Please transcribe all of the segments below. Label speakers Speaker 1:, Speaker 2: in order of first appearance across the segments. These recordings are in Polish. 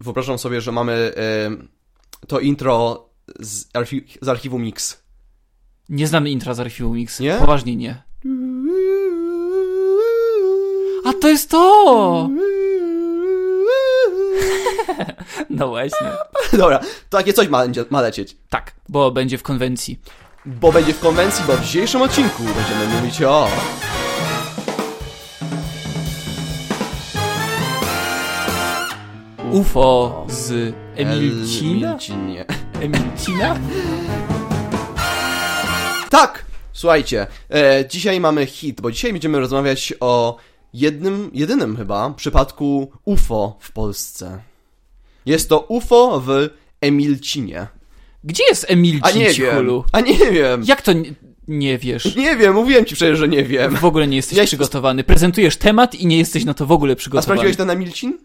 Speaker 1: wyobrażam sobie, że mamy e, to intro z, archi z archiwum Mix.
Speaker 2: Nie znamy intra z archiwum Mix.
Speaker 1: Nie?
Speaker 2: Poważnie nie. A to jest to! No właśnie.
Speaker 1: Dobra, to takie coś ma, ma lecieć.
Speaker 2: Tak, bo będzie w konwencji.
Speaker 1: Bo będzie w konwencji, bo w dzisiejszym odcinku będziemy mówić o...
Speaker 2: UFO z Emilcina?
Speaker 1: Emilcinie.
Speaker 2: Emilcina?
Speaker 1: Tak! Słuchajcie, e, dzisiaj mamy hit, bo dzisiaj będziemy rozmawiać o jednym, jedynym chyba przypadku UFO w Polsce. Jest to UFO w Emilcinie.
Speaker 2: Gdzie jest Emilcin,
Speaker 1: A nie
Speaker 2: cichulu?
Speaker 1: wiem. A nie wiem.
Speaker 2: Jak to nie, nie wiesz?
Speaker 1: Nie wiem, mówiłem ci przecież, że nie wiem.
Speaker 2: W ogóle nie jesteś
Speaker 1: Ja się-
Speaker 2: przygotowany. Prezentujesz temat i nie jesteś na to w ogóle
Speaker 1: A
Speaker 2: przygotowany.
Speaker 1: sprawdziłeś ten Emilcin?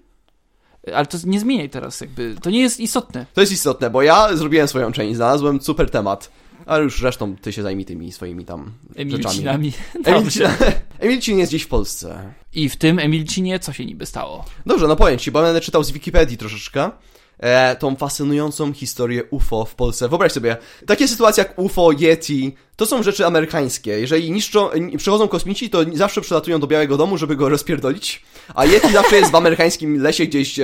Speaker 2: Ale to nie zmieniaj teraz, jakby. To nie jest istotne.
Speaker 1: To jest istotne, bo ja zrobiłem swoją część, znalazłem super temat. Ale już resztą ty się zajmij tymi swoimi tam rzeczami.
Speaker 2: Emilcinami.
Speaker 1: Emilcin,
Speaker 2: Dobrze.
Speaker 1: Emilcin jest gdzieś w Polsce.
Speaker 2: I w tym Emilcinie co się niby stało?
Speaker 1: Dobrze, no powiem ci, bo będę czytał z Wikipedii troszeczkę e, tą fascynującą historię UFO w Polsce. Wyobraź sobie, takie sytuacje jak UFO, Yeti, to są rzeczy amerykańskie. Jeżeli niszczą, n- przychodzą kosmici, to zawsze przylatują do Białego Domu, żeby go rozpierdolić, a Yeti zawsze jest w amerykańskim lesie gdzieś e,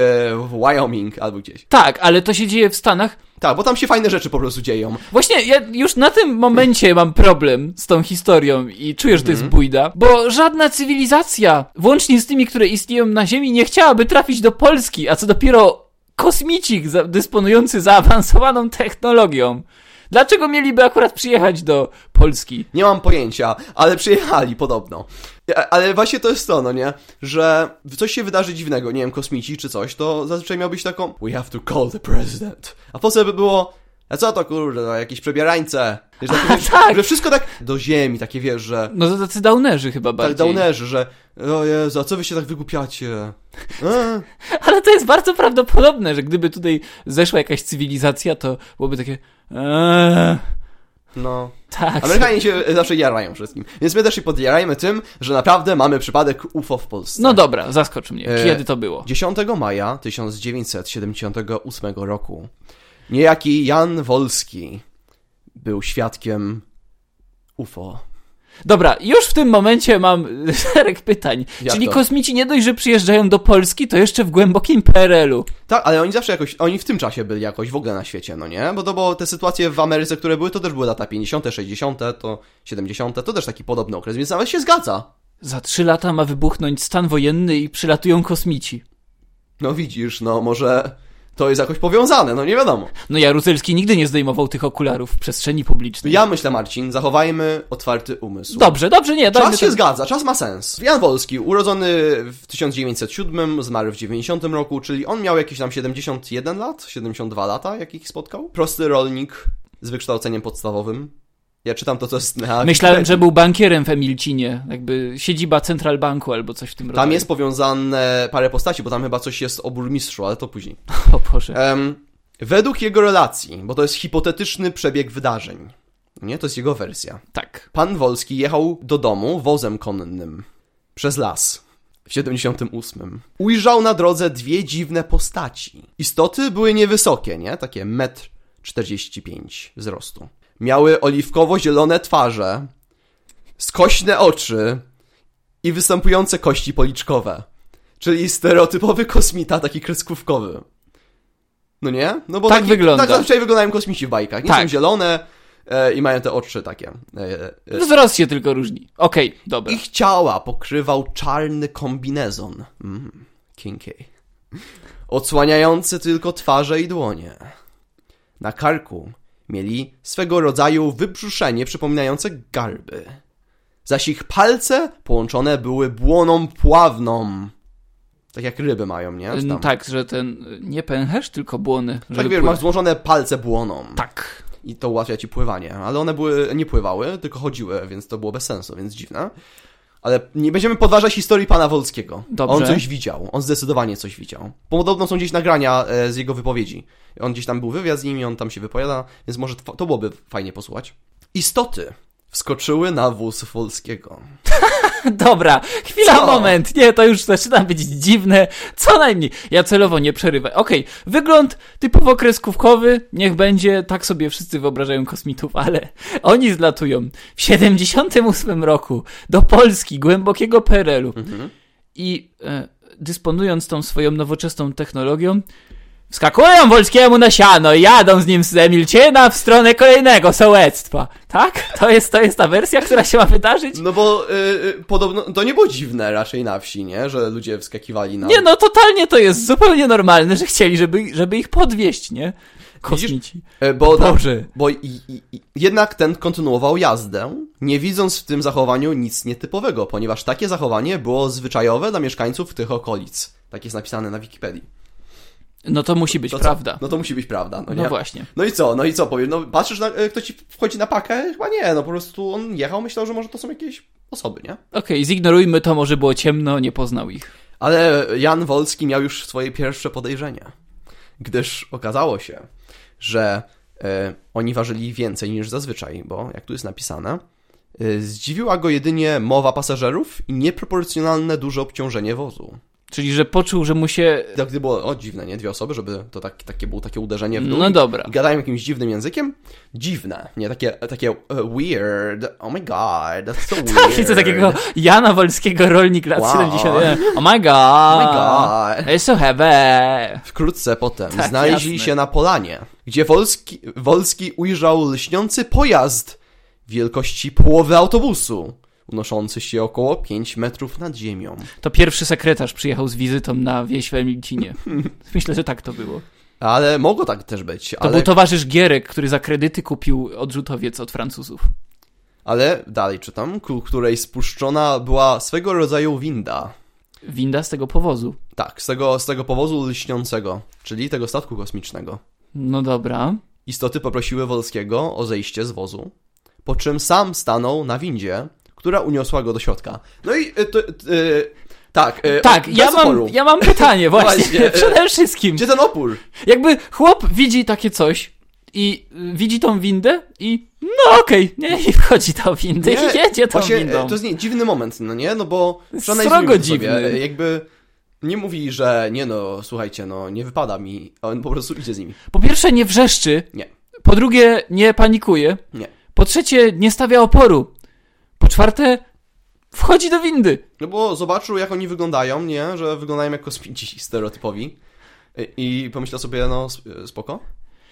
Speaker 1: w Wyoming albo gdzieś.
Speaker 2: Tak, ale to się dzieje w Stanach.
Speaker 1: Tak, bo tam się fajne rzeczy po prostu dzieją.
Speaker 2: Właśnie, ja już na tym momencie mam problem z tą historią i czuję, że to
Speaker 1: Mhm.
Speaker 2: jest bójda, bo żadna cywilizacja, włącznie z tymi, które istnieją na Ziemi, nie chciałaby trafić do Polski, a co dopiero kosmici za- dysponujący zaawansowaną technologią. Dlaczego mieliby akurat przyjechać do Polski?
Speaker 1: Nie mam pojęcia, ale przyjechali podobno. Ja- Ale właśnie to jest to, no nie? Że coś się wydarzy dziwnego, nie wiem, kosmici czy coś, to zazwyczaj miał być taką We have to call the president. A po co by było a co to kurde, no, jakieś przebierańce? Wiesz, takie, wiesz,
Speaker 2: tak!
Speaker 1: Że wszystko tak do ziemi, takie wiesz, że...
Speaker 2: No to tacy downerzy chyba bardziej.
Speaker 1: Tak downerzy, że o Jezu, a co wy się tak wygłupiacie? E?
Speaker 2: Ale to jest bardzo prawdopodobne, że gdyby tutaj zeszła jakaś cywilizacja, to byłoby takie... Eee,
Speaker 1: No.
Speaker 2: tak.
Speaker 1: Amerykanie się zawsze jarają wszystkim. Więc my też się podjarajmy tym, że naprawdę mamy przypadek UFO w Polsce.
Speaker 2: No dobra, zaskocz mnie.
Speaker 1: E,
Speaker 2: Kiedy to było?
Speaker 1: 10 maja 1978 roku niejaki Jan Wolski był świadkiem UFO.
Speaker 2: Dobra, już w tym momencie mam szereg pytań.
Speaker 1: Jak
Speaker 2: Czyli
Speaker 1: to?
Speaker 2: kosmici nie dość, że przyjeżdżają do Polski, to jeszcze w głębokim PRL-u.
Speaker 1: Tak, ale oni zawsze jakoś, oni w tym czasie byli jakoś w ogóle na świecie, no nie? Bo to było te sytuacje w Ameryce, które były, to też były lata 50., 60., to 70., to też taki podobny okres, więc nawet się zgadza.
Speaker 2: Za trzy lata ma wybuchnąć stan wojenny i przylatują kosmici.
Speaker 1: No widzisz, no może to jest jakoś powiązane, no nie wiadomo.
Speaker 2: No Jaruzelski nigdy nie zdejmował tych okularów w przestrzeni publicznej.
Speaker 1: Ja myślę, Marcin, zachowajmy otwarty umysł.
Speaker 2: Dobrze, dobrze, nie, dajmy
Speaker 1: Czas się
Speaker 2: ten...
Speaker 1: zgadza, czas ma sens. Jan Wolski, urodzony w 1907, zmarł w 90 roku, czyli on miał jakieś tam 71 lat, 72 lata, jakich spotkał. Prosty rolnik z wykształceniem podstawowym. Ja czytam to, co jest na
Speaker 2: Myślałem,
Speaker 1: Wikipedii.
Speaker 2: że był bankierem w Emilcinie, jakby siedziba Central Banku albo coś w tym rodzaju.
Speaker 1: Tam jest powiązane parę postaci, bo tam chyba coś jest o burmistrzu, ale to później.
Speaker 2: O Boże.
Speaker 1: Em, według jego relacji, bo to jest hipotetyczny przebieg wydarzeń, nie? To jest jego wersja.
Speaker 2: Tak.
Speaker 1: Pan Wolski jechał do domu wozem konnym przez las w 78. Ujrzał na drodze dwie dziwne postaci. Istoty były niewysokie, nie? Takie metr 45 wzrostu. Miały oliwkowo-zielone twarze, skośne oczy i występujące kości policzkowe. Czyli stereotypowy kosmita, taki kreskówkowy. No nie? No bo
Speaker 2: Tak
Speaker 1: taki,
Speaker 2: wygląda.
Speaker 1: Tak zazwyczaj wyglądają kosmici w bajkach. Nie
Speaker 2: Tak.
Speaker 1: są zielone e, i mają te oczy takie. E, e, e,
Speaker 2: Wzrost No, się tylko różni. Okej, dobra.
Speaker 1: ich ciała No pokrywał czarny kombinezon. Mm, kinky. Odsłaniający tylko twarze i dłonie. Na karku mieli swego rodzaju wybrzuszenie przypominające garby. Zaś ich palce połączone były błoną pławną. Tak jak ryby mają, nie? Czy
Speaker 2: No
Speaker 1: tam-
Speaker 2: tak, że ten... Nie pęcherz, tylko błony.
Speaker 1: tak
Speaker 2: żeby
Speaker 1: wiesz,
Speaker 2: pływać.
Speaker 1: masz złożone palce błoną.
Speaker 2: Tak.
Speaker 1: i to ułatwia ci pływanie. Ale one były, nie pływały, tylko chodziły, więc to było bez sensu, więc dziwne. Ale nie będziemy podważać historii pana Wolskiego.
Speaker 2: Dobrze.
Speaker 1: On coś widział, on zdecydowanie coś widział. Podobno są gdzieś nagrania e, z jego wypowiedzi. On gdzieś tam był wywiad z nimi, on tam się wypowiada, więc może tw- to byłoby fajnie posłuchać. Istoty wskoczyły na wóz Wolskiego.
Speaker 2: Dobra, chwila,
Speaker 1: Co?
Speaker 2: moment. Nie, to już zaczyna być dziwne. Co najmniej. Ja celowo nie przerywam. Okej, wygląd typowo kreskówkowy, niech będzie, tak sobie wszyscy wyobrażają kosmitów, ale oni zlatują w 78 roku do Polski, głębokiego PRL-u. I e, dysponując tą swoją nowoczesną technologią, wskakują Wolskiemu na siano i jadą z nim z Emilciena w stronę kolejnego sołectwa. Tak? To jest, to jest ta wersja, która się ma wydarzyć?
Speaker 1: No bo y, y, podobno to nie było dziwne raczej na wsi, nie? Że ludzie wskakiwali na.
Speaker 2: Nie no, totalnie to jest zupełnie normalne, że chcieli, żeby, żeby ich podwieść, nie? Kosmici.
Speaker 1: Y, Bo, na,
Speaker 2: Boże.
Speaker 1: bo i, i, i, jednak ten kontynuował jazdę, nie widząc w tym zachowaniu nic nietypowego, ponieważ takie zachowanie było zwyczajowe dla mieszkańców tych okolic. Tak jest napisane na Wikipedii.
Speaker 2: No to musi być
Speaker 1: To co?
Speaker 2: prawda.
Speaker 1: No to musi być prawda, no
Speaker 2: No,
Speaker 1: nie?
Speaker 2: właśnie.
Speaker 1: No i co, no i co powiem? No patrzysz, na, y, kto ci wchodzi na pakę? Chyba nie, no po prostu on jechał, myślał, że może to są jakieś osoby, nie?
Speaker 2: Okej, zignorujmy to, może było ciemno, nie poznał ich.
Speaker 1: Ale Jan Wolski miał już swoje pierwsze podejrzenia, gdyż okazało się, że e, oni ważyli więcej niż zazwyczaj, bo jak tu jest napisane, e, zdziwiła go jedynie mowa pasażerów i nieproporcjonalne duże obciążenie wozu.
Speaker 2: Czyli, że poczuł, że mu się...
Speaker 1: Tak gdy było, o dziwne, nie dwie osoby, żeby to tak, takie było takie uderzenie w dół.
Speaker 2: No dobra.
Speaker 1: I Gadają jakimś dziwnym językiem? Dziwne, nie? Takie, takie e, weird, oh my god, that's so weird. Oh
Speaker 2: Tak, widzę takiego Jana Wolskiego, rolnik lat
Speaker 1: Wow.
Speaker 2: 71. Oh my god.
Speaker 1: Oh my god.
Speaker 2: It's so heavy.
Speaker 1: Wkrótce potem
Speaker 2: Tak,
Speaker 1: znaleźli
Speaker 2: jasne.
Speaker 1: się na polanie, gdzie Wolski, Wolski ujrzał lśniący pojazd wielkości połowy autobusu, unoszący się około 5 metrów nad ziemią.
Speaker 2: To pierwszy sekretarz przyjechał z wizytą na wieś w Emilcinie. Myślę, że tak to było.
Speaker 1: Ale mogło tak też być,
Speaker 2: To
Speaker 1: ale,
Speaker 2: był towarzysz Gierek, który za kredyty kupił odrzutowiec od Francuzów.
Speaker 1: ale dalej czytam, ku której spuszczona była swego rodzaju winda.
Speaker 2: Winda z tego powozu.
Speaker 1: Tak, z tego, z tego powozu lśniącego, czyli tego statku kosmicznego.
Speaker 2: No dobra.
Speaker 1: Istoty poprosiły Wolskiego o zejście z wozu, po czym sam stanął na windzie, która uniosła go do środka. No i y, to, y, tak, y,
Speaker 2: Tak,
Speaker 1: bez
Speaker 2: ja mam,
Speaker 1: oporu.
Speaker 2: ja mam pytanie właśnie.
Speaker 1: Właśnie, e,
Speaker 2: Przede wszystkim.
Speaker 1: Gdzie ten opór?
Speaker 2: Jakby chłop widzi takie coś i y, widzi tą windę i no okej, nie, i wchodzi do windy i jedzie tą
Speaker 1: właśnie,
Speaker 2: windą.
Speaker 1: y, To jest nie, dziwny moment, no nie? No bo przeanalizujmy
Speaker 2: Srogo
Speaker 1: to sobie,
Speaker 2: dziwny.
Speaker 1: y, jakby nie mówi, że nie no, słuchajcie, no nie wypada mi, a on po prostu idzie z nimi.
Speaker 2: Po pierwsze nie wrzeszczy,
Speaker 1: Nie,
Speaker 2: po drugie nie panikuje,
Speaker 1: nie.
Speaker 2: po trzecie nie stawia oporu, po czwarte wchodzi do windy.
Speaker 1: No bo zobaczył, jak oni wyglądają, nie? Że wyglądają jak kosmici stereotypowi. Y, I pomyślał sobie, no sp- spoko.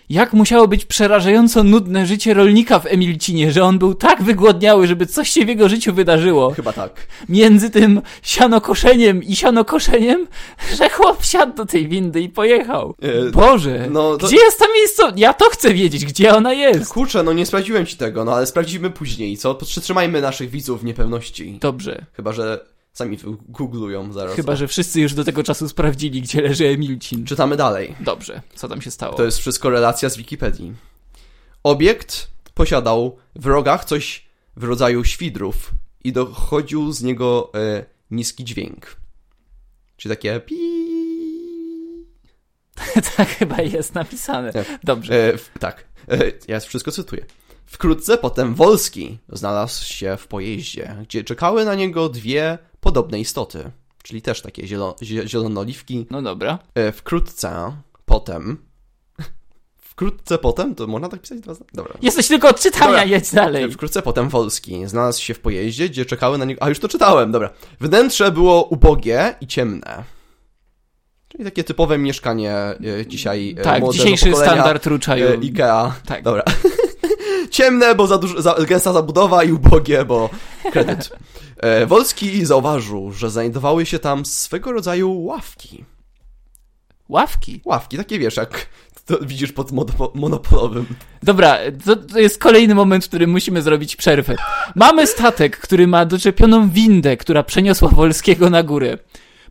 Speaker 2: Jak musiało być przerażająco nudne życie rolnika w Emilcinie, że on był tak wygłodniały, żeby coś się w jego życiu wydarzyło.
Speaker 1: Chyba tak.
Speaker 2: między tym sianokoszeniem i sianokoszeniem, że chłop siadł do tej windy i pojechał.
Speaker 1: E,
Speaker 2: Boże,
Speaker 1: no to-
Speaker 2: gdzie jest ta miejscowość? Ja to chcę wiedzieć, gdzie ona jest.
Speaker 1: Kurczę, no nie sprawdziłem ci tego, no ale sprawdzimy później, co? Przytrzymajmy naszych widzów w niepewności.
Speaker 2: Dobrze.
Speaker 1: Chyba, że sami googlują zaraz.
Speaker 2: Chyba, że wszyscy już do tego czasu sprawdzili, gdzie leży Emilcin.
Speaker 1: Czytamy dalej.
Speaker 2: Dobrze, co tam się stało?
Speaker 1: To jest wszystko relacja z Wikipedii. Obiekt posiadał w rogach coś w rodzaju świdrów i dochodził z niego e, niski dźwięk. Czy takie pi.
Speaker 2: tak chyba jest napisane.
Speaker 1: Tak.
Speaker 2: Dobrze.
Speaker 1: E, w, tak, e, ja wszystko cytuję. Wkrótce potem Wolski znalazł się w pojeździe, gdzie czekały na niego dwie podobne istoty, czyli też takie zielo, zie- zielonoliwki.
Speaker 2: No dobra.
Speaker 1: E, wkrótce potem. Wkrótce potem, to można tak pisać dwa razy? Dobra.
Speaker 2: Jesteś tylko od
Speaker 1: Dobra.
Speaker 2: czytania, jedź dalej.
Speaker 1: Wkrótce potem Wolski znalazł się w pojeździe, gdzie czekały na niego. A już to czytałem, dobra. Wnętrze było ubogie i ciemne. Czyli takie typowe mieszkanie e, dzisiaj. e,
Speaker 2: Tak,
Speaker 1: młodego
Speaker 2: dzisiejszy
Speaker 1: pokolenia,
Speaker 2: standard
Speaker 1: e,
Speaker 2: ruczaju.
Speaker 1: Ikea.
Speaker 2: Tak.
Speaker 1: Dobra. Ciemne, bo za dużo, za, gęsta zabudowa i ubogie, bo kredyt. E, Wolski zauważył, że znajdowały się tam swego rodzaju ławki.
Speaker 2: Ławki.
Speaker 1: Ławki, takie wiesz, jak to widzisz pod monopo- monopolowym.
Speaker 2: Dobra, to, to jest kolejny moment, w którym musimy zrobić przerwę. Mamy statek, który ma doczepioną windę, która przeniosła Wolskiego na górę.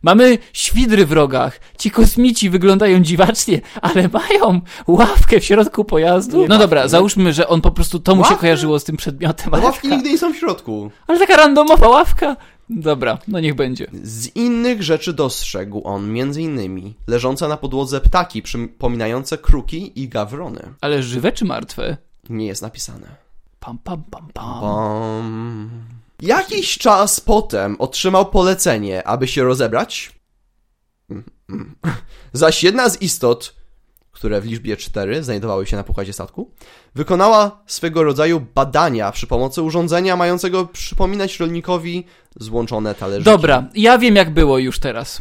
Speaker 2: Mamy świdry w rogach. Ci kosmici wyglądają dziwacznie, ale mają ławkę w środku pojazdu.
Speaker 1: Nie
Speaker 2: No
Speaker 1: ma-
Speaker 2: dobra, załóżmy, że on po prostu to mu się
Speaker 1: Ławkę?
Speaker 2: kojarzyło z tym przedmiotem. Ale,
Speaker 1: Ławki nigdy nie są w środku.
Speaker 2: ale taka randomowa ławka. Dobra, no niech będzie.
Speaker 1: Z innych rzeczy dostrzegł on m.in. leżące na podłodze ptaki przypominające kruki i gawrony.
Speaker 2: Ale żywe czy martwe?
Speaker 1: Nie jest napisane.
Speaker 2: Pam, pam, pam, pam.
Speaker 1: Bom. Jakiś czas potem otrzymał polecenie, aby się rozebrać. Mm, mm. Zaś jedna z istot, które w liczbie 4 znajdowały się na pokładzie statku, wykonała swego rodzaju badania przy pomocy urządzenia mającego przypominać rolnikowi złączone talerze.
Speaker 2: Dobra, ja wiem jak było już teraz.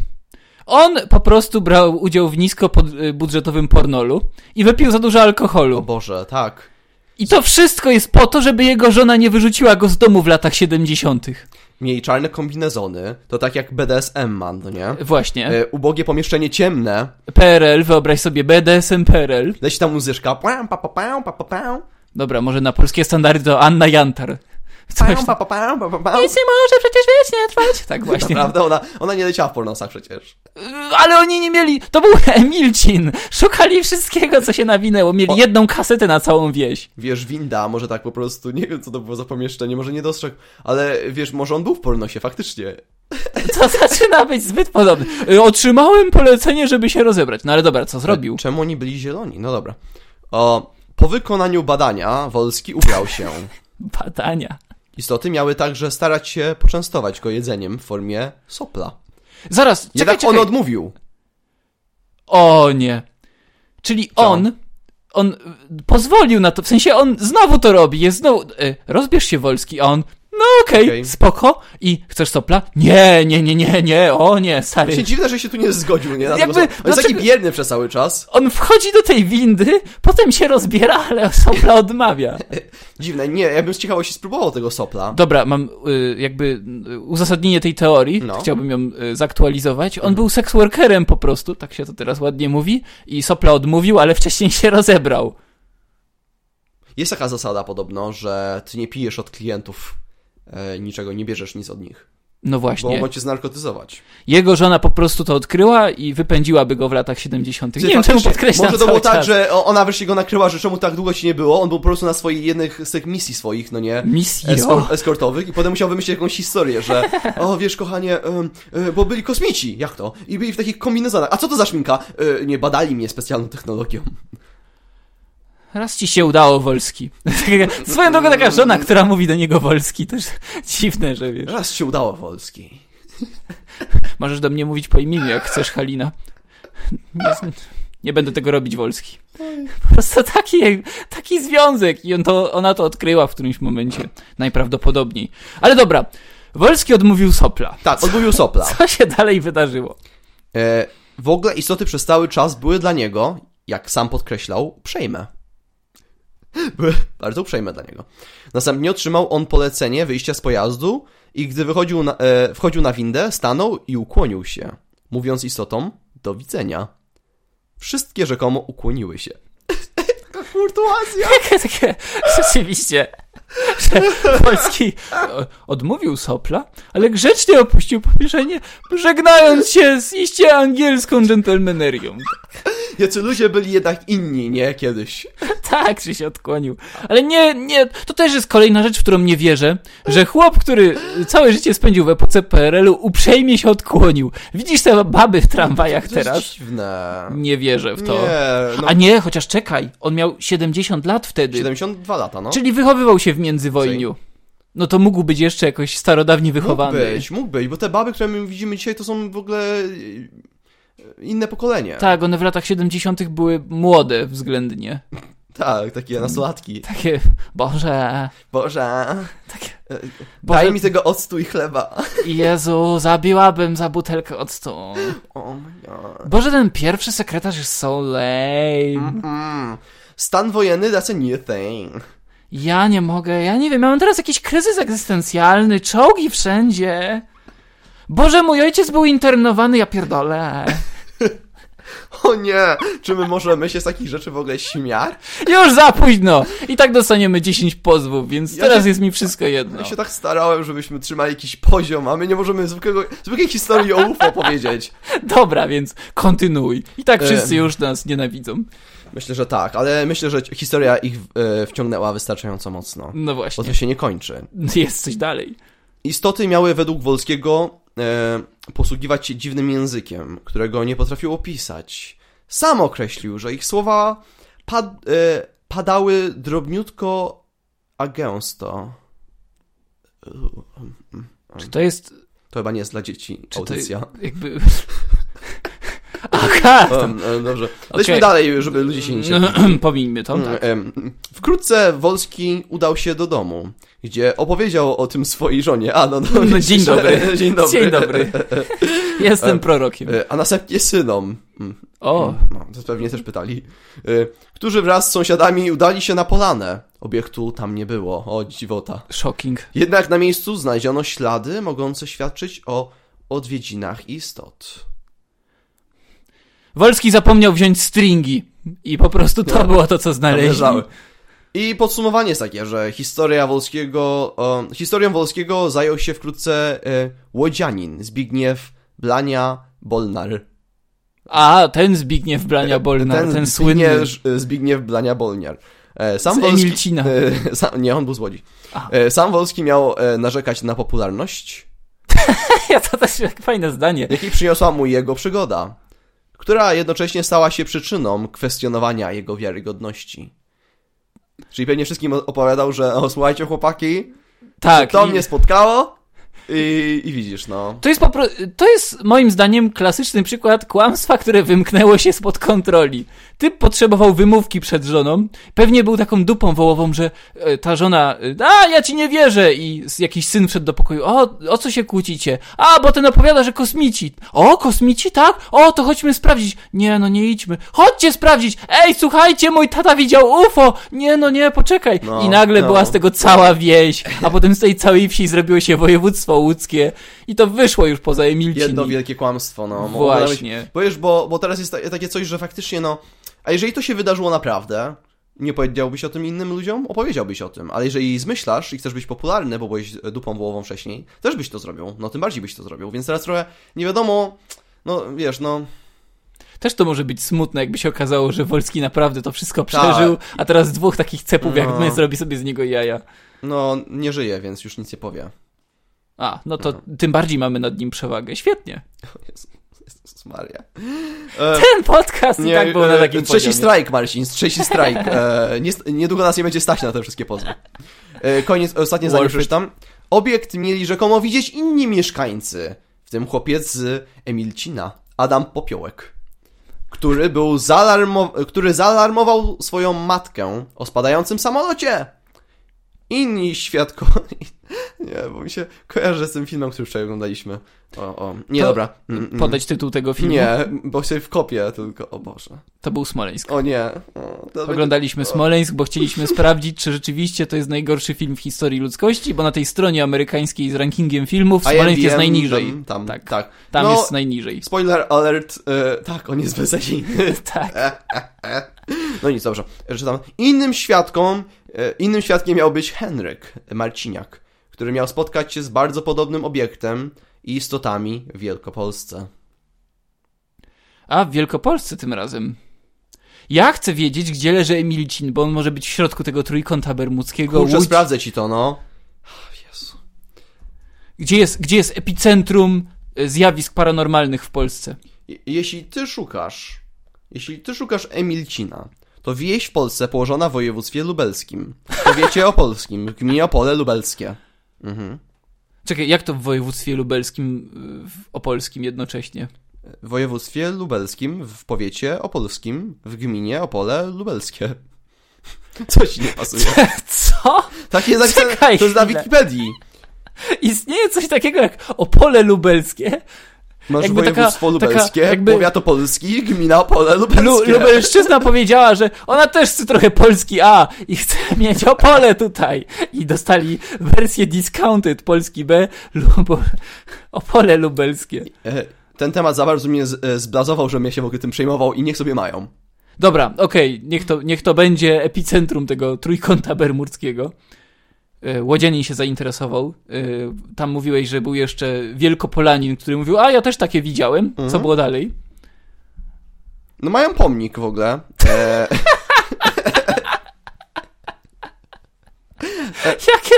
Speaker 2: On po prostu brał udział w nisko pod- y, budżetowym pornolu i wypił za dużo
Speaker 1: O
Speaker 2: alkoholu.
Speaker 1: Boże, tak.
Speaker 2: I to wszystko jest po to, żeby jego żona nie wyrzuciła go z domu w latach 70.
Speaker 1: Mieli czarne kombinezony, to tak jak BDSM man, no nie?
Speaker 2: Właśnie.
Speaker 1: E, ubogie pomieszczenie ciemne,
Speaker 2: PRL, wyobraź sobie BDSM PRL.
Speaker 1: leci tam muzyczka. Pam, pa, pa, pam, pa, pa, pam.
Speaker 2: Dobra, może na polskie standardy to Anna Jantar. Coś
Speaker 1: Pam, pa, pa, pam, pa, pa, pam.
Speaker 2: Nic nie może przecież wiecznie trwać. Tak właśnie. Y,
Speaker 1: Naprawdę, ona, ona nie leciała w pornosach przecież.
Speaker 2: Ale oni nie mieli. To był Emilcin. Szukali wszystkiego, co się nawinęło. Mieli
Speaker 1: O-
Speaker 2: jedną kasetę na całą wieś.
Speaker 1: Wiesz, winda, może tak po prostu, nie wiem co to było za pomieszczenie, może nie dostrzegł, ale wiesz, może on był w pornosie, faktycznie.
Speaker 2: To zaczyna być zbyt podobne. Y, Otrzymałem polecenie, żeby się rozebrać. No ale dobra, co zrobił?
Speaker 1: Czemu oni byli zieloni? No dobra. O, po wykonaniu badania Wolski ubrał się.
Speaker 2: Badania.
Speaker 1: Istoty miały także starać się poczęstować go jedzeniem w formie sopla.
Speaker 2: Zaraz, czekaj,
Speaker 1: Jednak
Speaker 2: czekaj.
Speaker 1: on odmówił.
Speaker 2: O nie. Czyli on. On y, pozwolił na to, w sensie on znowu to robi, jest znowu, y, rozbierz się Wolski, a on, no okej,
Speaker 1: Okej.
Speaker 2: spoko, i chcesz sopla? Nie, nie, nie, nie, nie, o nie, stary.
Speaker 1: Się dziwne, że się tu nie zgodził, nie? Na
Speaker 2: Jakby, znaczy-
Speaker 1: tego sopla. on jest taki
Speaker 2: dlaczego-
Speaker 1: bierny przez cały czas.
Speaker 2: On wchodzi do tej windy, potem się rozbiera, ale sopla odmawia.
Speaker 1: Dziwne, nie, ja bym z ciekawości spróbował tego sopla.
Speaker 2: Dobra, mam y, jakby y, uzasadnienie tej teorii,
Speaker 1: No. Mhm.
Speaker 2: chciałbym ją y, zaktualizować. On był seksworkerem po prostu, tak się to teraz ładnie mówi, i sopla odmówił, ale wcześniej się rozebrał.
Speaker 1: Jest taka zasada podobno, że ty nie pijesz od klientów e, niczego, nie bierzesz nic od nich.
Speaker 2: No
Speaker 1: Bo
Speaker 2: właśnie.
Speaker 1: mogą cię znarkotyzować.
Speaker 2: Jego żona po prostu to odkryła i wypędziłaby go w latach 70. Nie
Speaker 1: Ty,
Speaker 2: wiem, czemu
Speaker 1: faktycznie,
Speaker 2: podkreślam
Speaker 1: Może to było
Speaker 2: cały
Speaker 1: tak,
Speaker 2: czas.
Speaker 1: że o- ona wreszcie go nakryła, że czemu tak długo ci nie było. On był po prostu na swojej jednych z tych misji swoich, no nie?
Speaker 2: Misjo.
Speaker 1: Eskor, eskortowych i potem musiał wymyślić jakąś historię, że o wiesz kochanie, em, e, bo byli kosmici, jak to? I byli w takich kombinezonach. A co to za szminka? E, nie, badali mnie specjalną technologią.
Speaker 2: Raz ci się udało, Wolski. Swoją drogą taka żona, która mówi do niego Wolski, też dziwne, że wiesz.
Speaker 1: Raz się udało, Wolski.
Speaker 2: Możesz do mnie mówić po imieniu, jak chcesz, Halina. Nie, z- nie będę tego robić, Wolski. Po prostu taki, taki związek. I on to, ona to odkryła w którymś momencie. Najprawdopodobniej. Ale dobra. Wolski odmówił sopla.
Speaker 1: Tak, odmówił sopla.
Speaker 2: Co się dalej wydarzyło?
Speaker 1: E, w ogóle istoty przez cały czas były dla niego, jak sam podkreślał, uprzejme. Były bardzo uprzejme dla niego. Następnie otrzymał on polecenie wyjścia z pojazdu i gdy wychodził na, e, wchodził na windę, stanął i ukłonił się, mówiąc istotom do widzenia. Wszystkie rzekomo ukłoniły się. Taka kurtuazja!
Speaker 2: Takie, takie, rzeczywiście. Że Polski o- odmówił sopla, ale grzecznie opuścił pomieszczenie, żegnając się z iście angielską dżentelmenerią.
Speaker 1: Jacy ludzie byli jednak inni, nie? Kiedyś.
Speaker 2: Tak, że się odkłonił. Ale nie, nie, to też jest kolejna rzecz, w którą nie wierzę, że chłop, który całe życie spędził w epoce PRL-u, uprzejmie się odkłonił. Widzisz te baby w tramwajach
Speaker 1: To jest
Speaker 2: teraz?
Speaker 1: dziwne.
Speaker 2: Nie wierzę w to.
Speaker 1: Nie, no,
Speaker 2: A nie, chociaż czekaj, on miał 70 lat wtedy.
Speaker 1: 72 lata, no.
Speaker 2: Czyli wychowywał się w międzywojniu. No to mógł być jeszcze jakoś starodawnie wychowany.
Speaker 1: Mógł być, mógł być, bo te baby, które my widzimy dzisiaj, to są w ogóle y, inne pokolenie.
Speaker 2: Tak, one w latach 70. były młode względnie.
Speaker 1: Tak, takie nastolatki.
Speaker 2: Takie, boże,
Speaker 1: Boże,
Speaker 2: takie,
Speaker 1: Boże.
Speaker 2: Boże.
Speaker 1: daj mi tego octu i chleba.
Speaker 2: Jezu, zabiłabym za butelkę octu.
Speaker 1: O my God.
Speaker 2: Boże, ten pierwszy sekretarz jest so lame.
Speaker 1: Mm. Stan wojenny, that's a new thing.
Speaker 2: Ja nie mogę, ja nie wiem, ja mam teraz jakiś kryzys egzystencjalny, czołgi wszędzie. Boże, mój ojciec był internowany, ja pierdolę.
Speaker 1: O nie, czy my możemy się z takich rzeczy w ogóle śmiać?
Speaker 2: Już za późno! I tak dostaniemy 10 pozwów, więc
Speaker 1: Ja
Speaker 2: teraz
Speaker 1: się-
Speaker 2: jest mi wszystko jedno.
Speaker 1: Ja się tak starałem, żebyśmy trzymali jakiś poziom, a my nie możemy zwykłego, zwykłej historii o UFO powiedzieć.
Speaker 2: Dobra, więc kontynuuj. I
Speaker 1: E.
Speaker 2: tak wszyscy
Speaker 1: Em.
Speaker 2: już nas nienawidzą.
Speaker 1: Myślę, że tak, ale myślę, że historia ich e, wciągnęła wystarczająco mocno.
Speaker 2: No
Speaker 1: Bo
Speaker 2: właśnie,
Speaker 1: to się nie kończy.
Speaker 2: jest coś dalej.
Speaker 1: Istoty miały według Wolskiego e, posługiwać się dziwnym językiem, którego nie potrafił opisać. Sam określił, że ich słowa pad, e, padały drobniutko, a gęsto.
Speaker 2: Czy to jest...
Speaker 1: To chyba nie jest dla dzieci
Speaker 2: Czy
Speaker 1: audycja.
Speaker 2: To jakby... Aha! to-
Speaker 1: Em, em, dobrze. Lećmy
Speaker 2: Okej.
Speaker 1: dalej, żeby ludzie się nie cieszyli.
Speaker 2: Pomińmy to, tak.
Speaker 1: Em, Wkrótce Wolski udał się do domu, gdzie opowiedział o tym swojej żonie. A, no, no,
Speaker 2: No, dzień dobry.
Speaker 1: Dzień dobry.
Speaker 2: Dzień dobry. Jestem prorokiem.
Speaker 1: E, A następnie synom. Mm,
Speaker 2: O,
Speaker 1: No, to pewnie też pytali. E, Którzy wraz z sąsiadami udali się na polanę. Obiektu tam nie było. O, dziwota.
Speaker 2: shocking.
Speaker 1: Jednak na miejscu znaleziono ślady mogące świadczyć o odwiedzinach istot.
Speaker 2: Wolski zapomniał wziąć stringi. I po prostu to
Speaker 1: Tak.
Speaker 2: było to, co
Speaker 1: Tam
Speaker 2: znaleźli.
Speaker 1: leżały. I podsumowanie jest takie, że historia Wolskiego, e, historią Wolskiego zajął się wkrótce e, łodzianin Zbigniew Blania Bolnar.
Speaker 2: A, ten Zbigniew Blania Bolna, ten, słynny.
Speaker 1: Zbigniew, Zbigniew Blania Bolniar. E, Sam
Speaker 2: Z Emilcina.
Speaker 1: e, sam, nie, on był z Łodzi.
Speaker 2: Aha.
Speaker 1: E, Sam Wolski miał e, narzekać na popularność,
Speaker 2: Ja to też jak fajne zdanie.
Speaker 1: jakiej przyniosła mu jego przygoda, która jednocześnie stała się przyczyną kwestionowania jego wiarygodności. Czyli pewnie wszystkim opowiadał, że o, słuchajcie chłopaki,
Speaker 2: Tak.
Speaker 1: to
Speaker 2: i-
Speaker 1: mnie spotkało i, i widzisz, no.
Speaker 2: to jest po pro... to jest moim zdaniem klasyczny przykład kłamstwa, które wymknęło się spod kontroli. Typ potrzebował wymówki przed żoną. Pewnie był taką dupą wołową, że e, ta żona, e, a ja ci nie wierzę i s- jakiś syn wszedł do pokoju. O, o co się kłócicie? A, bo ten opowiada, że kosmici. O, kosmici, tak? O, to chodźmy sprawdzić. Nie, no nie idźmy. Chodźcie sprawdzić. Ej, słuchajcie, mój tata widział UFO. Nie, no nie, poczekaj.
Speaker 1: No,
Speaker 2: I nagle
Speaker 1: no.
Speaker 2: była z tego cała wieś, a potem z tej całej wsi zrobiło się województwo łódzkie i to wyszło już poza Emilcin.
Speaker 1: Jedno wielkie kłamstwo, no. Bo-
Speaker 2: Właśnie.
Speaker 1: Bo wiesz, bo, bo teraz jest ta- takie coś, że faktycznie, no, a jeżeli to się wydarzyło naprawdę, nie powiedziałbyś o tym innym ludziom? Opowiedziałbyś o tym, ale jeżeli zmyślasz i chcesz być popularny, bo byłeś dupą wołową wcześniej, też byś to zrobił, no tym bardziej byś to zrobił, więc teraz trochę nie wiadomo, no wiesz, no,
Speaker 2: Też to może być smutne, jakby się okazało, że Wolski naprawdę to wszystko przeżył, a teraz dwóch takich cepów jak
Speaker 1: Tak. No.
Speaker 2: my zrobi sobie z niego jaja.
Speaker 1: no nie żyje, więc już nic nie powie.
Speaker 2: A, no to tym bardziej mamy nad nim przewagę. Świetnie.
Speaker 1: Jezus Maria.
Speaker 2: Ten podcast i tak był na
Speaker 1: e,
Speaker 2: takim
Speaker 1: Trzeci
Speaker 2: poziomie.
Speaker 1: strajk, Marcin, trzeci strajk. E, nie, niedługo nas nie będzie stać na te wszystkie pozwy. E, koniec, ostatnie zdanie
Speaker 2: Worth it.
Speaker 1: przeczytam. Obiekt mieli rzekomo widzieć inni mieszkańcy, w tym chłopiec z Emilcina, Adam Popiołek, który był zaalarmo- który zaalarmował swoją matkę o spadającym samolocie. Inni świadkowie... Nie, bo mi się kojarzy z tym filmem, który wczoraj oglądaliśmy. O, o. Nie,
Speaker 2: To-
Speaker 1: dobra. Mm, mm.
Speaker 2: Hmm. Podać tytuł tego filmu?
Speaker 1: Nie, bo się wkopię tylko, o Boże.
Speaker 2: To był Smoleńsk.
Speaker 1: O nie. O, to będzie...
Speaker 2: Oglądaliśmy Smoleńsk, bo chcieliśmy sprawdzić, czy rzeczywiście to jest najgorszy film w historii ludzkości, bo na tej stronie amerykańskiej z rankingiem filmów Smoleńsk jest
Speaker 1: IMDb,
Speaker 2: najniżej.
Speaker 1: Tam, tam,
Speaker 2: Tak.
Speaker 1: tak.
Speaker 2: Tam
Speaker 1: No,
Speaker 2: jest najniżej.
Speaker 1: Spoiler alert, e, tak, on jest beznadziejny.
Speaker 2: Tak.
Speaker 1: No nic, dobrze, czytam. Innym świadkom, e, innym świadkiem miał być Henryk Marciniak, który miał spotkać się z bardzo podobnym obiektem i istotami w Wielkopolsce.
Speaker 2: A, w Wielkopolsce tym razem. Ja chcę wiedzieć, gdzie leży Emilcin, bo on może być w środku tego trójkąta bermudzkiego.
Speaker 1: Kurczę,
Speaker 2: Łódź,
Speaker 1: sprawdzę ci to, no. Jezu.
Speaker 2: gdzie, jest, gdzie jest epicentrum y, zjawisk paranormalnych w Polsce?
Speaker 1: Je- Jeśli ty szukasz, jeśli ty szukasz Emilcina, to wieś w Polsce położona w województwie lubelskim, w powiecie opolskim, w gminie Opole Lubelskie.
Speaker 2: Czekaj, jak to w województwie lubelskim, y, w opolskim jednocześnie?
Speaker 1: W województwie lubelskim, w powiecie opolskim, w gminie Opole Lubelskie. Coś nie pasuje.
Speaker 2: Co?
Speaker 1: Tak jest
Speaker 2: Czekaj
Speaker 1: napisane, to jest na
Speaker 2: chwilę.
Speaker 1: Wikipedii.
Speaker 2: Istnieje coś takiego jak Opole lubelskie?
Speaker 1: Masz
Speaker 2: Jakby taka-
Speaker 1: województwo
Speaker 2: taka
Speaker 1: lubelskie,
Speaker 2: jakby-
Speaker 1: powiat opolski, gmina Opole
Speaker 2: Lu,
Speaker 1: Lubelskie.
Speaker 2: lubelszczyzna powiedziała, że ona też chce trochę Polski A i chce mieć Opole tutaj. I dostali wersję discounted Polski B, lub Opole lubelskie.
Speaker 1: E, Ten temat za bardzo mnie z- e, zblazował, że mnie się w ogóle tym przejmował i niech sobie mają.
Speaker 2: Dobra, okej, niech, to, niech to będzie epicentrum tego trójkąta bermudzkiego. E, Łodzianin się zainteresował. E, Tam mówiłeś, że był jeszcze Wielkopolanin, który mówił, a ja też takie widziałem.
Speaker 1: Mhm.
Speaker 2: Co było dalej?
Speaker 1: No mają pomnik w ogóle. E,
Speaker 2: Jakie?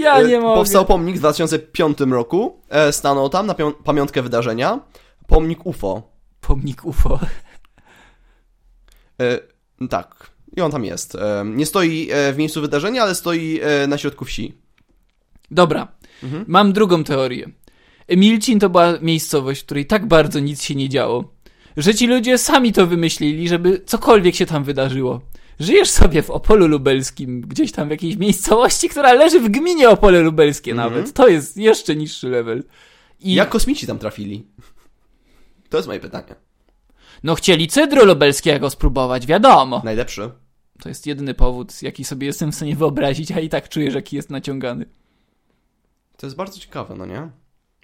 Speaker 2: Ja nie
Speaker 1: E,
Speaker 2: mogę.
Speaker 1: Powstał pomnik w 2005 roku. E, Stanął tam na pią- pamiątkę wydarzenia. Pomnik UFO.
Speaker 2: Pomnik UFO.
Speaker 1: E, Tak. I on tam jest. E, Nie stoi e, w miejscu wydarzenia, ale stoi e, na środku wsi.
Speaker 2: Dobra, Mam drugą teorię. Emilcin to była miejscowość, w której tak bardzo nic się nie działo, że ci ludzie sami to wymyślili, żeby cokolwiek się tam wydarzyło. Żyjesz sobie w Opolu Lubelskim, gdzieś tam w jakiejś miejscowości, która leży w gminie Opole Lubelskie nawet. To jest jeszcze niższy level. I
Speaker 1: Jak kosmici tam trafili? To jest moje pytanie.
Speaker 2: no chcieli cydru lubelskiego spróbować, wiadomo.
Speaker 1: Najlepszy.
Speaker 2: To jest jedyny powód, jaki sobie jestem w stanie wyobrazić, a i tak czuję, że jaki jest naciągany.
Speaker 1: To jest bardzo ciekawe, no nie?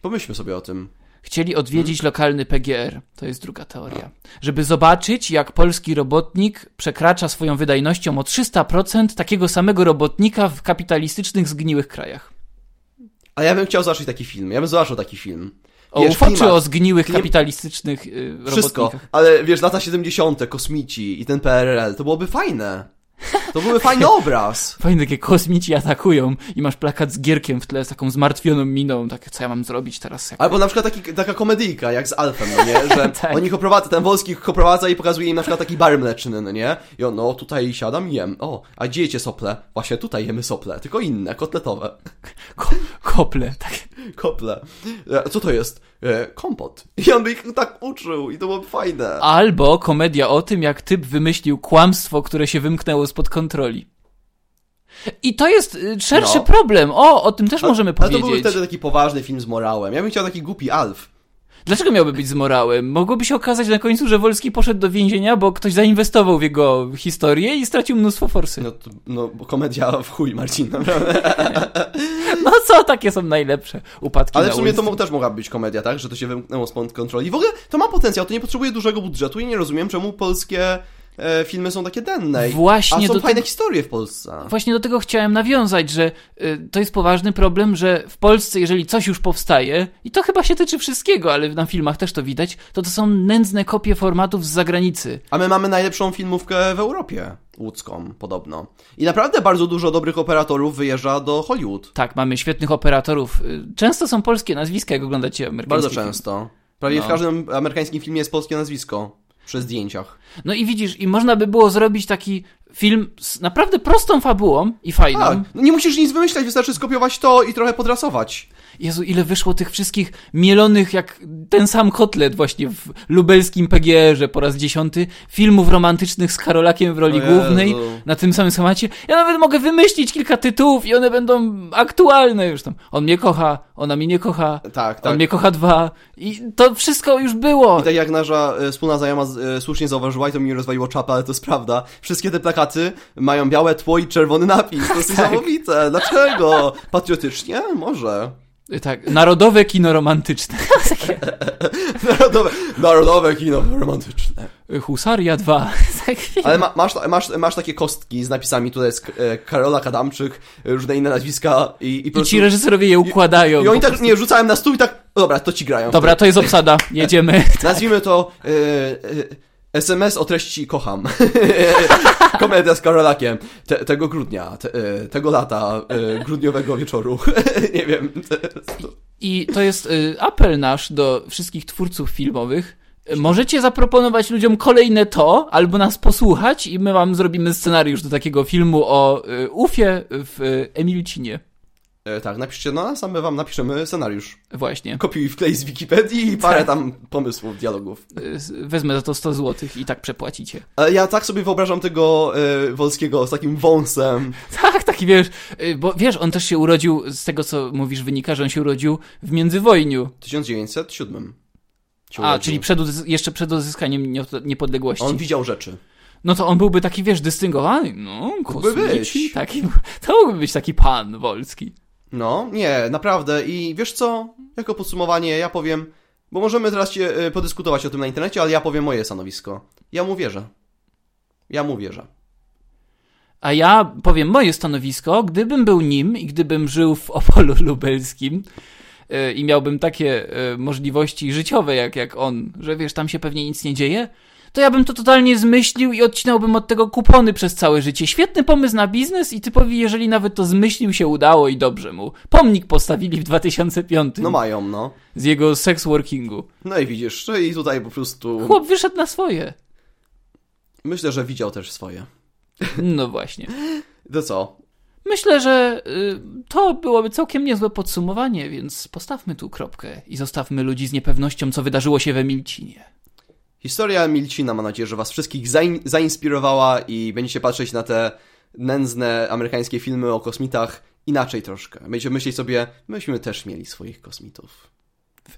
Speaker 1: Pomyślmy sobie o tym.
Speaker 2: Chcieli odwiedzić
Speaker 1: Mhm.
Speaker 2: lokalny PGR. To jest druga teoria. Żeby zobaczyć, jak polski robotnik przekracza swoją wydajnością o 300% takiego samego robotnika w kapitalistycznych, zgniłych krajach.
Speaker 1: A ja bym chciał zobaczyć taki film. Ja bym zobaczył taki film.
Speaker 2: O
Speaker 1: Wiesz,
Speaker 2: UFO czy
Speaker 1: klimat.
Speaker 2: o zgniłych,
Speaker 1: Klim-
Speaker 2: kapitalistycznych y,
Speaker 1: Wszystko.
Speaker 2: robotnikach?
Speaker 1: Ale wiesz, lata 70., kosmici i ten PRL, to byłoby fajne. To byłby fajny obraz.
Speaker 2: Fajne, takie kosmici atakują i masz plakat z gierkiem w tle, z taką zmartwioną miną, takie co ja mam zrobić teraz? Jak...
Speaker 1: Albo na przykład taki, taka komedyjka, jak z Alfem, no nie? Że
Speaker 2: Tak.
Speaker 1: oni choprowadza, ten Wolski choprowadza i pokazuje im na przykład taki bar mleczny, no nie? I on, no tutaj siadam i jem. O, a gdzie jecie sople? Właśnie tutaj jemy sople, tylko inne, kotletowe.
Speaker 2: Ko- kople, tak.
Speaker 1: Kople. E, Co to jest? E, kompot. I on by ich tak uczył i to byłoby fajne.
Speaker 2: Albo komedia o tym, jak typ wymyślił kłamstwo, które się wymknęło spod kontroli. I to jest y, szerszy
Speaker 1: No.
Speaker 2: problem. O, o tym też możemy
Speaker 1: Ale to
Speaker 2: powiedzieć.
Speaker 1: byłby wtedy taki poważny film z morałem. Ja bym chciał taki głupi Alf.
Speaker 2: Dlaczego miałby być z morałem? Mogłoby się okazać na końcu, że Wolski poszedł do więzienia, bo ktoś zainwestował w jego historię i stracił mnóstwo forsy. No,
Speaker 1: No, to, no bo komedia w chuj, Marcin, naprawdę.
Speaker 2: No co, takie są najlepsze upadki
Speaker 1: Ale
Speaker 2: na
Speaker 1: w sumie to
Speaker 2: ulicy.
Speaker 1: mo- też mogła być komedia, tak? Że to się wymknęło spod kontroli. W ogóle to ma potencjał, to nie potrzebuje dużego budżetu i nie rozumiem, czemu polskie e, filmy są takie denne. I-
Speaker 2: Właśnie
Speaker 1: A są
Speaker 2: do
Speaker 1: fajne
Speaker 2: tego-
Speaker 1: historie w Polsce.
Speaker 2: Właśnie do tego chciałem nawiązać, że y, to jest poważny problem, że w Polsce, jeżeli coś już powstaje, i to chyba się tyczy wszystkiego, ale na filmach też to widać, to to są nędzne kopie formatów z zagranicy.
Speaker 1: A my mamy najlepszą filmówkę w Europie, łódzką podobno. I naprawdę bardzo dużo dobrych operatorów wyjeżdża do Hollywood.
Speaker 2: Tak, mamy świetnych operatorów. Y, Często są polskie nazwiska, jak oglądacie amerykańskie
Speaker 1: Bardzo
Speaker 2: filmy.
Speaker 1: często. Prawie
Speaker 2: No.
Speaker 1: w każdym amerykańskim filmie jest polskie nazwisko. Przy zdjęciach.
Speaker 2: No i widzisz, i można by było zrobić taki film z naprawdę prostą fabułą i fajną.
Speaker 1: Tak, no nie musisz nic wymyślać, wystarczy skopiować to i trochę podrasować.
Speaker 2: Jezu, ile wyszło tych wszystkich mielonych, jak ten sam kotlet właśnie w lubelskim PGR-ze po raz dziesiąty, filmów romantycznych z Karolakiem w roli
Speaker 1: O Jezu.
Speaker 2: głównej, na tym samym schemacie. Ja nawet mogę wymyślić kilka tytułów i one będą aktualne już tam. On mnie kocha, ona mnie nie kocha,
Speaker 1: Tak,
Speaker 2: on
Speaker 1: tak.
Speaker 2: mnie kocha dwa. I to wszystko już było.
Speaker 1: I tak jak nasza e, wspólna znajoma z- e, słusznie zauważyła i to mi rozwaliło czapę, ale to jest prawda. Wszystkie te plakaty mają białe tło i czerwony napis. To jest
Speaker 2: Tak.
Speaker 1: niesamowite. Dlaczego? Patriotycznie? Może.
Speaker 2: Tak, narodowe kino romantyczne. Takie
Speaker 1: Narodowe, narodowe kino romantyczne.
Speaker 2: Husaria 2. Tak,
Speaker 1: Ale ma, masz, masz, masz takie kostki z napisami, tutaj jest e, Karola Kadamczyk, e, różne inne nazwiska i, i, po
Speaker 2: I
Speaker 1: prostu-
Speaker 2: ci reżyserowie je układają.
Speaker 1: I oni tak, nie, rzucałem na stół i tak, dobra, to ci grają.
Speaker 2: Dobra, to jest obsada, jedziemy.
Speaker 1: Nazwijmy to e, e, SMS o treści kocham. Komedia z Karolakiem. Te, tego grudnia, te, e, tego lata, e, grudniowego wieczoru. Nie wiem.
Speaker 2: I to jest y, apel nasz do wszystkich twórców filmowych. Y, Możecie zaproponować ludziom kolejne to, albo nas posłuchać i my wam zrobimy scenariusz do takiego filmu o y, Ufie w y, Emilcinie.
Speaker 1: E, tak, napiszcie na nas, a my wam napiszemy scenariusz.
Speaker 2: Właśnie.
Speaker 1: Kopiuj wklej z Wikipedii i
Speaker 2: Tak.
Speaker 1: parę tam pomysłów, dialogów.
Speaker 2: Y, s- Wezmę za to 100 złotych i tak przepłacicie.
Speaker 1: Ale ja tak sobie wyobrażam tego e, Wolskiego z takim wąsem.
Speaker 2: Tak, taki wiesz, y, bo wiesz, on też się urodził, z tego co mówisz wynika, że on się urodził w międzywojniu.
Speaker 1: 1907. Się
Speaker 2: A,
Speaker 1: urodził.
Speaker 2: czyli przed, odzy- jeszcze przed odzyskaniem nie- niepodległości.
Speaker 1: On widział rzeczy.
Speaker 2: No to on byłby taki, wiesz, dystyngowany. No,
Speaker 1: Mógłby
Speaker 2: kosmici,
Speaker 1: być.
Speaker 2: taki, to mógłby być taki pan Wolski.
Speaker 1: No, nie, naprawdę. I wiesz co? Jako podsumowanie ja powiem, bo możemy teraz się y, podyskutować o tym na internecie, ale ja powiem moje stanowisko. Ja mu wierzę. Ja mu wierzę.
Speaker 2: A ja powiem moje stanowisko, gdybym był nim i gdybym żył w Opolu Lubelskim e, i miałbym takie e, możliwości życiowe jak, jak on, że wiesz, tam się pewnie nic nie dzieje, to ja bym to totalnie zmyślił i odcinałbym od tego kupony przez całe życie. Świetny pomysł na biznes i typowi, jeżeli nawet to zmyślił, się udało i dobrze mu. Pomnik postawili w 2005
Speaker 1: No mają, no.
Speaker 2: z jego sex workingu.
Speaker 1: No i widzisz, i tutaj po prostu.
Speaker 2: Chłop wyszedł na swoje.
Speaker 1: Myślę, że widział też swoje.
Speaker 2: No właśnie.
Speaker 1: To co?
Speaker 2: Myślę, że y, to byłoby całkiem niezłe podsumowanie, więc postawmy tu kropkę i zostawmy ludzi z niepewnością, co wydarzyło się w Emilcinie.
Speaker 1: Historia Milcina, mam nadzieję, że was wszystkich zain- zainspirowała i będziecie patrzeć na te nędzne amerykańskie filmy o kosmitach inaczej troszkę. Będziecie myśleć sobie, myśmy też mieli swoich kosmitów.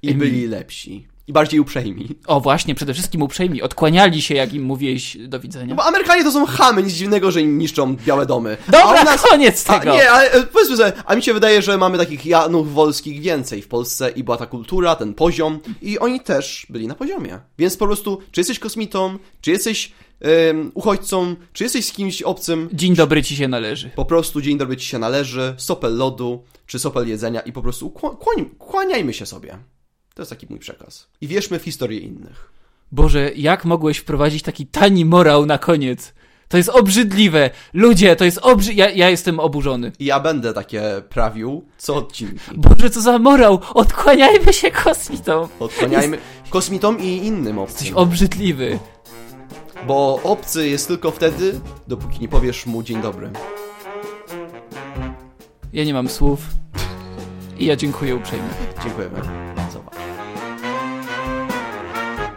Speaker 1: I
Speaker 2: Emil-
Speaker 1: byli lepsi. I bardziej uprzejmi.
Speaker 2: O właśnie, przede wszystkim uprzejmi, odkłaniali się, jak im mówiłeś do widzenia.
Speaker 1: No bo Amerykanie to są chamy, nic dziwnego, że im niszczą białe domy.
Speaker 2: Dobra,
Speaker 1: a u nas...
Speaker 2: koniec
Speaker 1: A,
Speaker 2: tego!
Speaker 1: nie, ale e, powiedzmy sobie, a mi się wydaje, że mamy takich Janów Wolskich więcej w Polsce i była ta kultura, ten poziom i oni też byli na poziomie. Więc po prostu, czy jesteś kosmitą, czy jesteś em, uchodźcą, czy jesteś z kimś obcym,
Speaker 2: Dzień dobry ci się należy.
Speaker 1: po prostu dzień dobry ci się należy, sopel lodu, czy sopel jedzenia i po prostu ukła- kłoń, kłaniajmy się sobie. To jest taki mój przekaz. I wierzmy w historię innych.
Speaker 2: Boże, jak mogłeś wprowadzić taki tani morał na koniec? To jest obrzydliwe! Ludzie, to jest obrzy... Ja, ja jestem oburzony.
Speaker 1: I ja będę takie prawił co odcinki.
Speaker 2: Boże, co za morał! Odkłaniajmy się kosmitom!
Speaker 1: Odkłaniajmy kosmitom i innym
Speaker 2: Jesteś
Speaker 1: obcym.
Speaker 2: obrzydliwy.
Speaker 1: Bo obcy jest tylko wtedy, dopóki nie powiesz mu dzień dobry.
Speaker 2: Ja nie mam słów. I ja dziękuję uprzejmie.
Speaker 1: Dziękujemy.